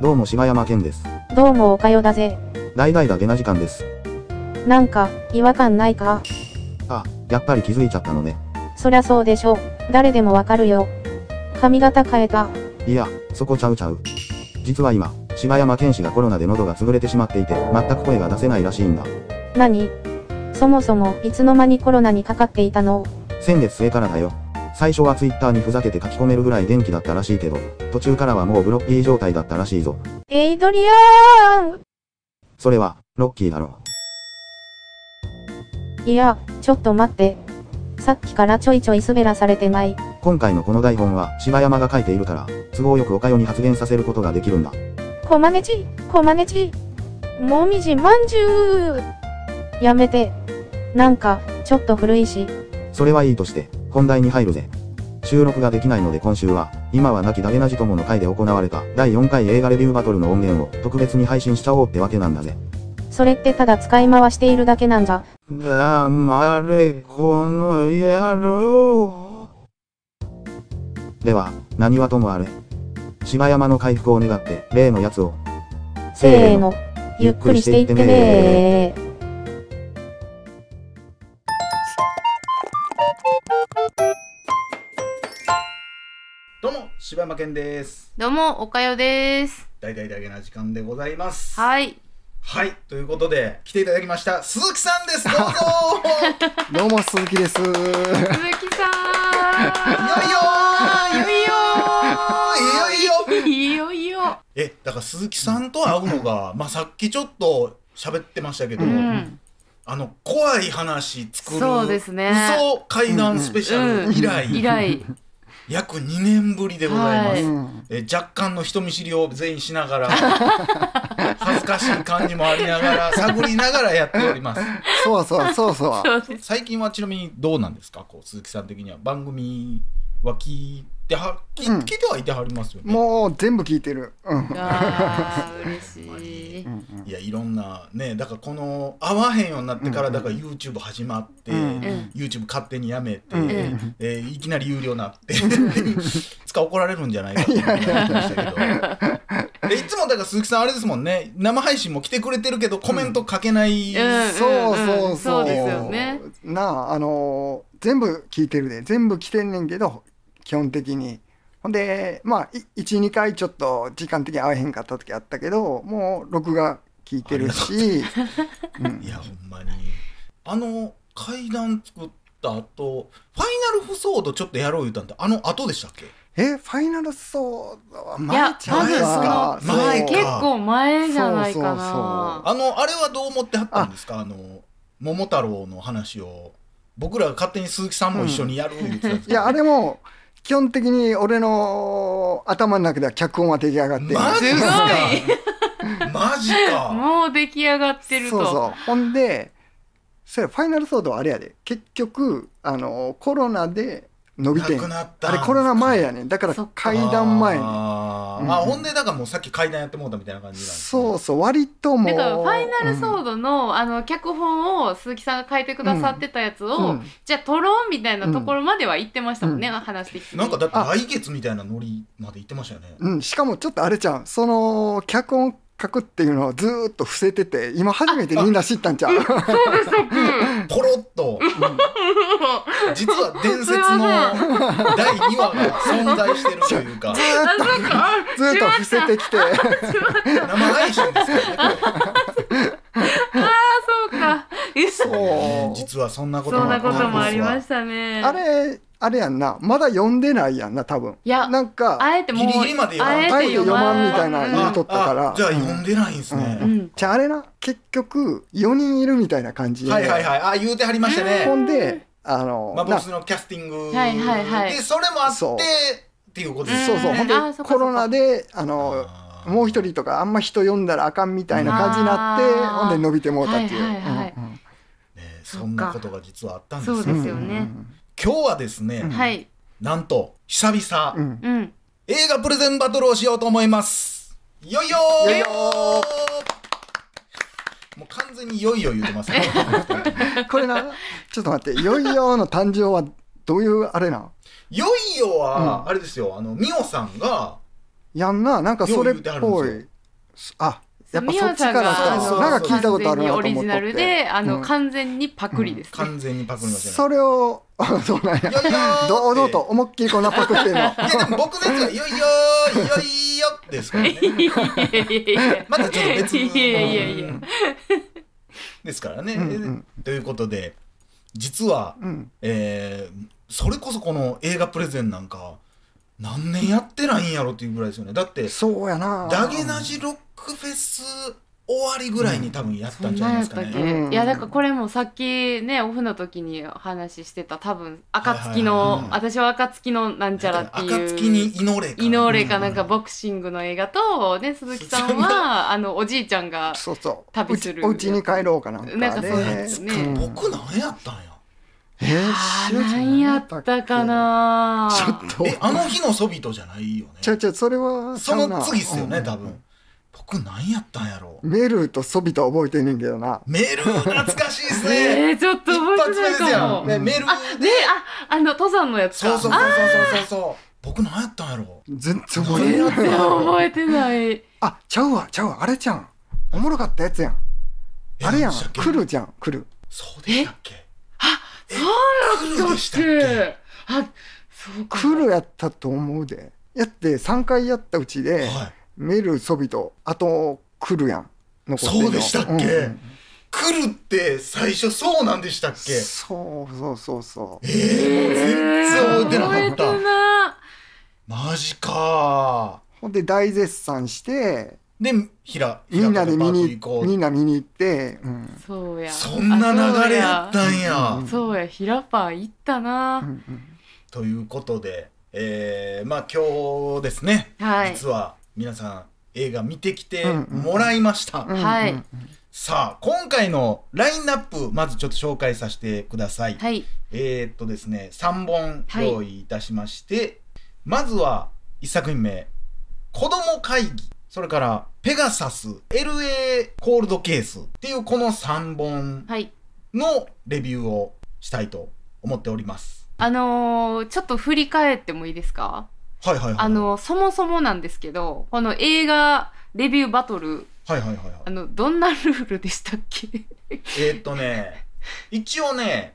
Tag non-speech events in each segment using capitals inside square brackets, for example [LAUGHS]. どうも柴山健です。どうもおかよだぜ。大々だげな時間です。なんか、違和感ないかあ、やっぱり気づいちゃったのね。そりゃそうでしょ。誰でもわかるよ。髪型変えた。いや、そこちゃうちゃう。実は今、柴山健氏がコロナで喉が潰れてしまっていて、全く声が出せないらしいんだ。何そもそも、いつの間にコロナにかかっていたの先月末からだよ。最初はツイッターにふざけて書き込めるぐらい元気だったらしいけど、途中からはもうブロッキー状態だったらしいぞ。エイドリアーそれは、ロッキーだろ。ンいや、ちょっと待って。さっきからちょいちょい滑らされてない。今回のこの台本は柴山が書いているから、都合よくおかよに発言させることができるんだ。こまねち、こまねち。もみじまんじゅうやめて。なんか、ちょっと古いし。それはいいとして、本題に入るぜ。収録ができないので今週は、今は亡きダゲナジ友の会で行われた第4回映画レビューバトルの音源を特別に配信しちゃおうってわけなんだぜ。それってただ使い回しているだけなんじゃ。黙れ、この野郎。では、何はともあれ。柴山の回復を願って、例のやつを。せーの。ゆっくりしていってねー。どうも、柴山健です。どうも、おかよです。大々だけな時間でございます。い。はい。はい、ということで、来ていただきました、鈴木さんです。どうぞどうも鈴木です。鈴木さよいよーいよいよーん。いいよいいよ。え、だから鈴木さんと会うのが、まあさっきちょっと喋ってましたけど、うん。あの、怖い話作る。そうですね嘘怪談スペシャル以来、以来。約2年ぶりでございます。はいうんえ若干の人見知りを全員しなが [LAUGHS] ら恥ずかしい感じもありながら探りながらやっておりますそうそうそうそそうです。最近はちなみにどうなんですかこう鈴木さん的には番組は聞いては聞,、うん聞いてはいてはりますよう。ねもう全部聞いてる。うん。あー嬉しい。いやいろんなねだからこの会わへんようになってからだから YouTube 始まって、うん YouTube 勝手にやめて、うんえーいきなり有料になっていつか怒られるんじゃないかと思ってましたけどでいつもだから鈴木さんあれですもんね生配信も来てくれてるけどコメント書けない、うんうんそうそうそう。そうですよね。なああのー全部聞いてるで全部来てんねんけど基本的に。ほんでまあ12回ちょっと時間的に合えへんかった時あったけどもう録画聞いてるし。うんいやほんまにあの階段作った後ファイナルフソードちょっとやろう言うたんってあの後でしたっけえファイナルソードはいや前、ちゃ多う分そかの前かそう結構前じゃないかそな。あのあれはどう思ってはったんですかあの桃太郎の話を僕らが勝手に鈴木さんも一緒にやる言ってたんですけどいやあれも基本的に俺の頭の中では脚本は出来上がってるマジっすかマジかもう出来上がってると。そうそうほんでそれファイナルソードはあれやで結局あのコロナで伸びてなんくなったあれコロナ前やねんだからそっか階段前にあー、うんあほんでだからもうさっき階段やってもうたみたいな感じなんですねそうそう割ともだうからファイナルソーードの、あの脚本を鈴木さんが書いてくださってたやつを、うんじゃあ撮ろうみたいなところまでは言ってましたもんね、話的になんかだって来月みたいなノリまで行ってましたよねうん、しかもちょっとあれちゃんその脚本書くっていうのをずーっと伏せてて今初めてみんな知ったんちゃうポロッと実は伝説の第2話が存在してるという [LAUGHS] か [LAUGHS] ずーっと伏せてきて生配信ですよねこれそうか。うね実はそんなことそんなこともありまししたね。あれあれやんなまだ読んでないやんな多分いやなんかあえてもう、ギリギリまで読まあんえあえてて読まんみたいな言うとったからじゃあ読んでないんですね、うん、じゃああれな結局4人いるみたいな感じで、はいはいはいあ言うてはりましたねほんであの、まあ、ボなスのキャスティング、はいはいはいでそれもあってそうっていうことですそうそう、うんほんあーそっかでそっかコロナであのあーもう一人とかあんま人呼んだらあかんみたいな感じになってあーほんで伸びてもうたっていう、はいはいはいうんうんねそんなことが実はあったんですよそうですよね。今日はですね、はい。なんと久々、うんうん。映画プレゼンバトルをしようと思いますよいよーよいよもう完全によいよ言うてますね [LAUGHS] これな [LAUGHS] ちょっと待って「いよいよ」の誕生はどういうあれなんよいよは、うあれですよあのミオさんがやんななんかそれっよう言うてはるんぽですいよあやっぱミそっヤちさんからそうそうそうなんか聞いたことあるなと思完全っにオリとジナルってで、あの、うん完全にパクリですね。完全にパクりましたそれを [LAUGHS] そうなんよやいよーって堂々と思いっきりこんなパクってんのいやでも僕のやつは「よいよーよいよ」ですからねいやいや [LAUGHS] いやいやまたちょっと別 [LAUGHS] いやいやいやうんですからね。うんうんということで実は、うんえーそれこそこの映画プレゼンなんか何年やってないんやろっていうぐらいですよねだってそうやなダゲナジロックフェス終わりぐらいに多分やっそたんんじゃなんいなやですったかっね。け、いやだからこれもさっきねオフの時にお話ししてた多分暁の、はいはいはい私は暁のなんちゃらっていう暁に祈れか。祈れかなんかボクシングの映画と、ね、鈴木さんはあのおじいちゃ [LAUGHS] んがそうそう旅するうちお家に帰ろうかなんかでなんかそうですねん僕何やったんや。えーあー塩ちゃ何やったかなちょっとえあの日のソビトじゃないよちゃうね。ちゃうそれはその次っですよね多分。僕何やったんやろ。メルとソビと覚えてんねんけどなメール懐かしいですね。えー、ちょっと一覚発目えでてすないかやもん。。ねメールあねああの登山のやつそうかそうそうそうあそうそう。僕何やったんやろ。全然覚何えてやっないたんやろ。覚えてないあちゃうわちゃうわあれちゃんおもろかったやつやんあれやんえ何でしたっけ来るじゃん来るそうでしたっけ。来るでしたっそうやったっけけあそうか来るやったと思うでやって3回やったうちはで、い。メルソビとあと来るやん残ってんそのうでしたっけんん来るって最初そうなんでしたっけ。そうそうそうそうええー、全然覚えてな覚かえってた。なマジかほんで大絶賛してー。で、ひら、ひみらんなで見行にこう。みんな見に行って、うんそうやそんな流れやったんや。うんそうやヒラパー行ったうんうなんということで、えー、まあ今日ですね、はい実は皆さん映画見てきてうんうんもらいました。うんうん、はいさあ、今回のラインナップ、まずちょっと紹介させてください。はいえー、っとですね、3本用意いたしまして、まずは1作品目、子供会議、それからペガサス、LA コールドケースっていうこの3本はいのレビューをしたいと思っております。あのーちょっと振り返ってもいいですかはいはいはい。あ、のそもそもなんですけどこの映画レビューバトルはいはいはい、はい。あのどんなルールでしたっけえー、っとね、一応ね、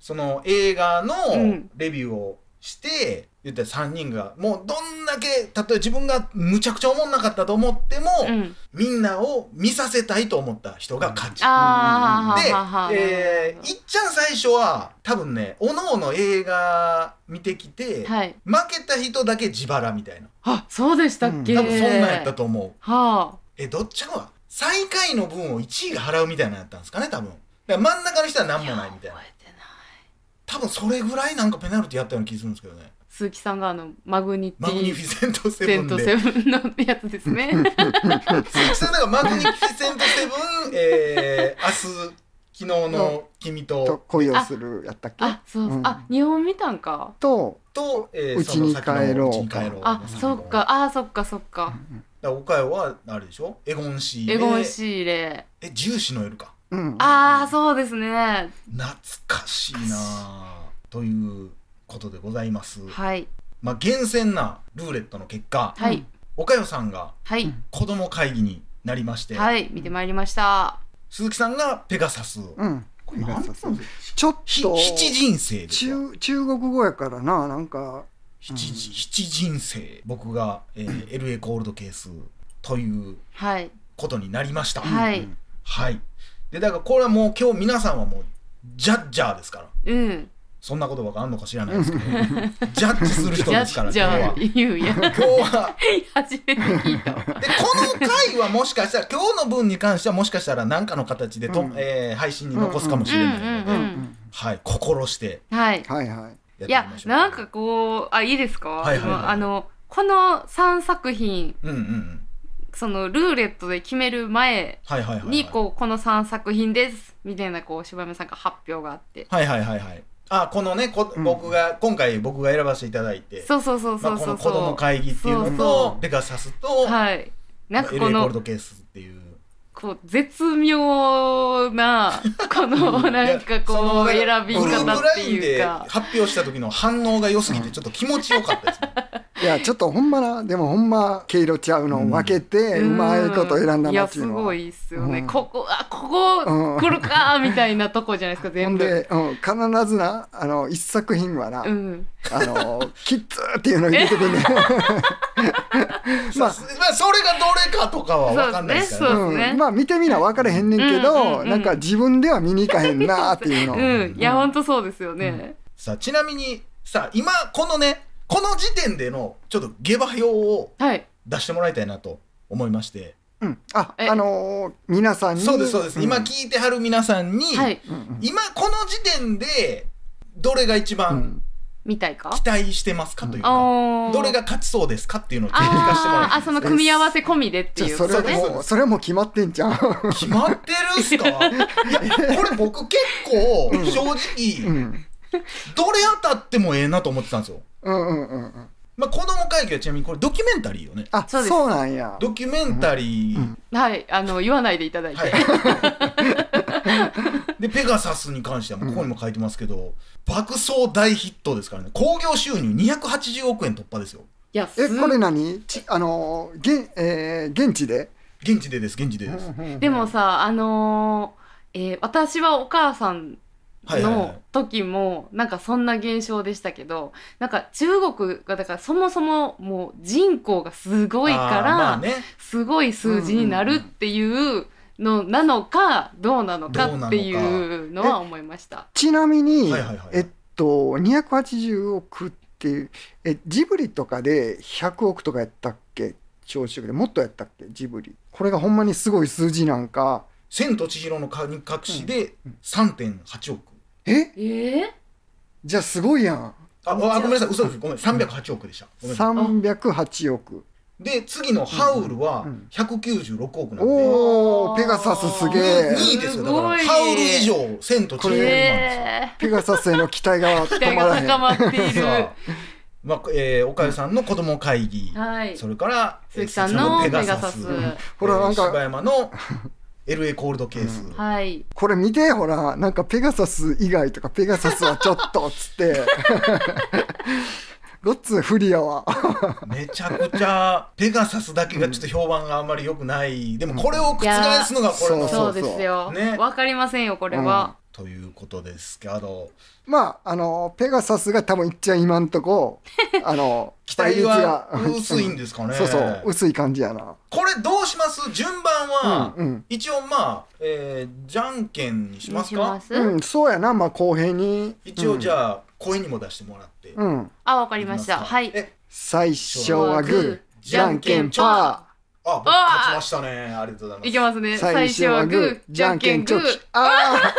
その映画のうんレビューをして、言ったら3人が、もうどんだけ、例えば自分がむちゃくちゃ思んなかったと思っても、うんみんなを見させたいと思った人が勝ち。あーではははは、えーいっちゃん最初は多分ねおのおの映画見てきて、はい負けた人だけ自腹みたいなあそうでしたっけ、えー多分そんなんやったと思う、はえどっちかは最下位の分を1位が払うみたいなのやったんですかね多分だから真ん中の人はあ何もないみたいやな覚えてない多分それぐらいなんかペナルティやったような気するんですけどね鈴木さんがあのマグニテマグニィフィセントセセブンンでトセブンのやつですね [LAUGHS] 鈴木さんだからマグニフィセントセブン、え [LAUGHS] ー、明日昨日の君 [LAUGHS] とと恋をするやったっけあそう、うんあ日本見たんかと、と、えうちに帰ろうその先のうちに帰ろうあそっかあそっかそっかだから岡山はあれでしょエゴンシーでエゴンシーレえ重視の夜かうん、ああそうですね懐かしいなあということでございます、はいまあ厳選なルーレットの結果はい、岡山さんがはい、子供会議になりまして、はい見てまいりました鈴木さんがペガサス、うん、これなんなんですかちょっひと七人生ですよ中中国語やからななんか七,、七人生僕が、えー、LA コールドケースというはいことになりましたはい、はいでだからこれはもう今日皆さんはもうジャッジャーですからうんそんな言葉があんのか知らない [LAUGHS] ですけどジャッジする人ですからじゃあ今日は言うや今日は初めて聞いたわでこの回はもしかしたら今日の分に関してはもしかしたら何かの形でと、うんえー配信に残すかもしれないので、うんうんはい心してはいはいはいやっいてみやましょうなんかこうあいいですか、はいはいはい今あのこの3作品うんうんうんそのルーレットで決める前はいはいはい、はい、にこうこの3作品ですみたいなこう柴山さんから発表があってはいはいはいはいあこのねこ、うん僕が今回僕が選ばせていただいてそうそうそうそまあ、うこそのう子供会議っていうのとそうそペガサスと、うはいなんかエこレコールのドケースっていうこう絶妙なこのなんかこうい選やそのびグル方ーっプラてインいうでか発表した時の反応が良すぎてちょっと気持ちよかったですねいやちょっとほんまなでもほんま毛色ちゃうのを分けてうまいこと選んだいなやっていすうのはごいっすよね、うんここあこうんこ来るかみたいなとこじゃないですかほ全ん部で、うん、必ずなあの一作品はな、うんあのキッズっていうのを入れてく [LAUGHS] んねんまあ、まあそれがどれかとかは分かんないですからね。そうですねうん、まあ見てみな分からへんねんけど、うんうんうんうんなんか自分では見に行かへんなーっていうの、うんいやほんとそうですよね、さあ、ちなみに、さあ、今、このね、この時点での、ちょっと下馬評をはい出してもらいたいなと思いまして。うんあえあのー皆さんにそうです、そうです。ん今聞いてはる皆さんに、はいうんうん今、この時点で、どれが一う番ん見たいか期待してますかというか、どどれが勝ちそうですかっていうのをちょっと聞かせてもあらーいあその組み合わせ込みでってじゃあいうそれことはねもうそれはもう決まってんじゃん決まってるっす [LAUGHS] かいや、これ僕結構、正直、うんどれ当たってもええなと思ってたんですよ。うんうんうんうんまあ、子供会議はちなみにこれドキュメンタリーよね。あそそううですなんやドキュメンタリー、うんはいあの言わないでいただいて、はい。 [LAUGHS] で、ペガサスに関しては、ここにも書いてますけど、爆走大ヒットですからね、興行収入280億円突破ですよ。いやすえこれ何ちあのーげんえー現地で現地でです、現地でです。でもさあのーえー私はお母さんはいはいはの時もなんかそんな現象でしたけどなんか中国がだからそもそももう人口がすごいい。かあーまら、あね、すごい数字になるっていうのなのかどうなのかっていうのは思いました。ちなみに、はいはいはいえっと280億っていうえジブリとかで100億とかやったっけ朝食でもっとやったっけジブリこれがほんまにすごい数字なんか千と千尋の神隠しで3.8億。ええじゃあすごいやんあ、あごめんなさい、嘘です。ごめん、308億でした。ごめんなさい。 308億で、次のハウルはうん196億なんで、おーペガサスすげえ2位ですよ。だから、すごいハウル以上、千と千尋なんですよ。えペガサスへの期待 [LAUGHS] が期待止まらがへん高まっている。さあ、まあえー、おかゆさんの子供会議、はい。それから鈴木さんのえーペガサス。ほらなんかえー柴山の LA コールドケース、はい。これ見てほらなんかペガサス以外とかペガサスはちょっとっつって [LAUGHS] ごっつフリアはめちゃくちゃペガサスだけがちょっと評判があんまり良くない、でもこれを覆すのがこれいやのそーそううですよね。わかりませんよこれは。ということですけどまあ、あの、ペガサスが多分いっちゃん今んと [LAUGHS] こ、あの、期待は倍率が薄いんですかねそうそう、薄い感じやな。これどうします順番は、うんうん一応まあ、えーじゃんけんにしますかすうん、そうやな、まあ公平に。一応じあ。ゃあ、声にも出してもらって、うん。うんあわかりました。いきすかはい。え最初はグー、じゃんけんパあ僕勝ちましたねありがとうございますいきますね。ー。最初はグー、じゃんけんグー。。あ [LAUGHS] ー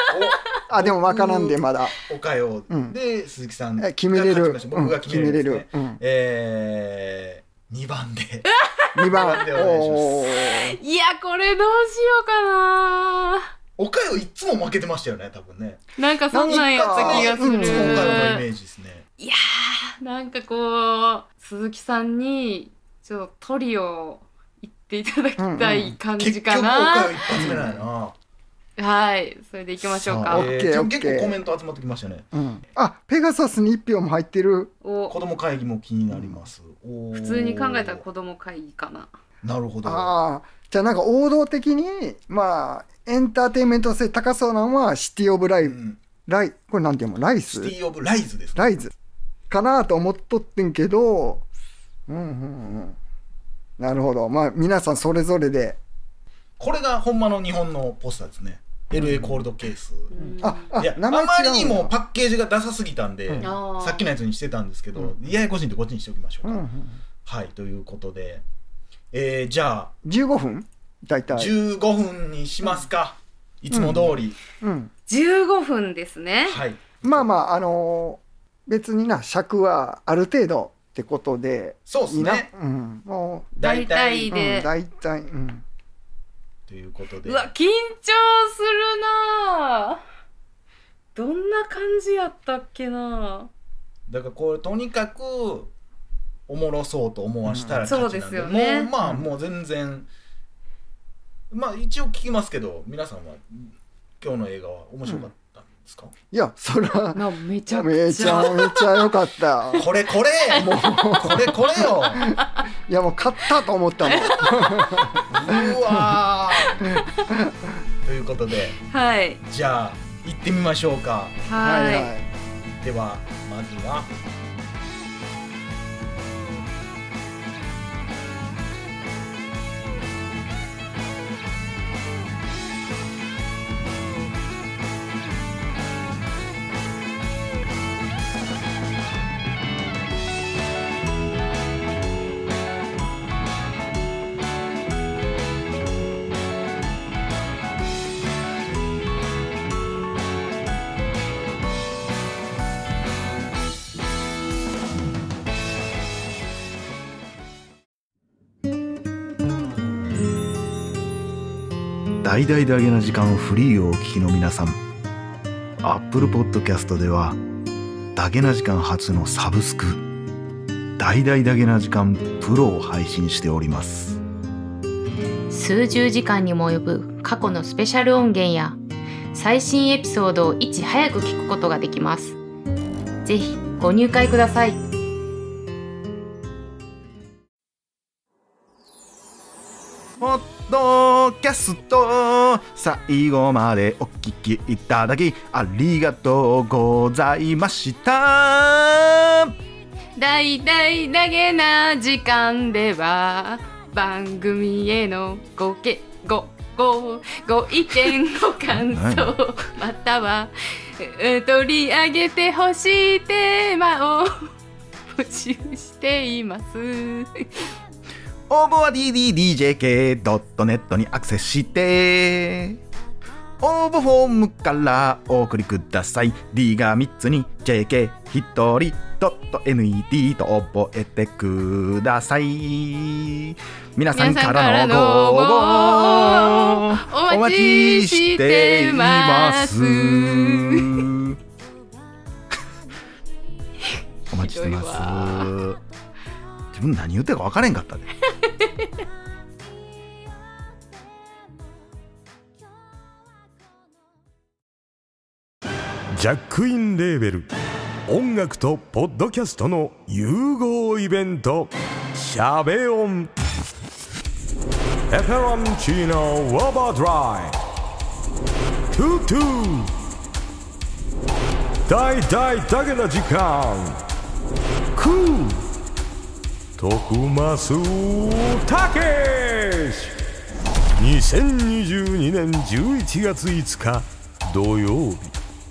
あ、でもわからんで、うんまだ。おかよう、うんで鈴木さんえ決めれが勝ちるまし。たうん僕が決めれる,、ねうんえー、2番で2なん番で。おおーいやこれどうしようかな。おかよいっつも負けてましたよね多分ねなんかそんなんやった気がすうる。んいつもおかよのイメージですねいやーなんかこう鈴木さんにちょっとトリを言っていただきたい感結じ局おかかなよ。一発目なんやなはい。それで行きましょうさあかさ。えオッケーーオッケー結構コメント集まってきましたねうんあ、ペガサスに1票も入ってる。お子供会議も気になります、おー普通に考えたら子供会議かな。なるほどああじゃあなんか王道的にまあエンターテインメント性高そうなのはシティ・オブ・ライうブ、んライこれなんていうのライシスティ・オブ・ライズですねライズかなと思っとってんけどうんうんうんなるほどまあ皆さんそれぞれでこれがほんまの日本のポスターですね LA コールドケース、うんああいやあ名前違うまりんやにもパッケージがダサすぎたんで、うんあーさっきのやつにしてたんですけど、うややこしいんでこっちにしておきましょううか。んうん、はいということで、えーじゃ15分大あ、体、 15分にしますか、いつも通り、うん、 15分ですね。はいまあまああのー別にな尺はある程度ってことでそうですいいな、ねうん、も大体う、大体でうん、大体、うん、ということでうわ緊張するなぁどんな感じやったっけなだからこれとにかくおもろそうと思わしたら勝ちなんで,、うんそうですよねもうまあうんもう全然まあ一応聞きますけど皆さんは今日の映画は面白かったんですかいやそらなめちゃめくちちゃゃめちゃ良かったこれこれこれこれよいやもう勝ったと思ったもんうわ [LAUGHS] ーということではいじゃあ行ってみましょうかはいいではまずは大々だげな時間フリーをお聞きの皆さん Apple Podcast ではだげな時間初のサブスク「大々だげな時間プロを配信しております数十時間にも及ぶ過去のスペシャル音源や最新エピソードをいち早く聞くことができます。ぜひご入会ください。 「ポッドキャスト」最後までお聞きいただきありがとうございました大々だげな時間では番組へのごけごごご意見ご感想またはえー取り上げてほしいテーマを募集しています。応募は ddjk.net にアクセスして応募フォームからお送りください D が3つに JK1 人 .net と覚えてください皆さんからのご応募お待ちしています。お待ちしてますひどい自分何言ってるか分からへんかったでジャックインレーベル音楽とポッドキャストの融合イベント「シャベオン」「エフェロンチーノウォーバードライ」「トゥトゥ」「大大だけな時間」「クー」「徳マスたけし」2022年11月5日土曜日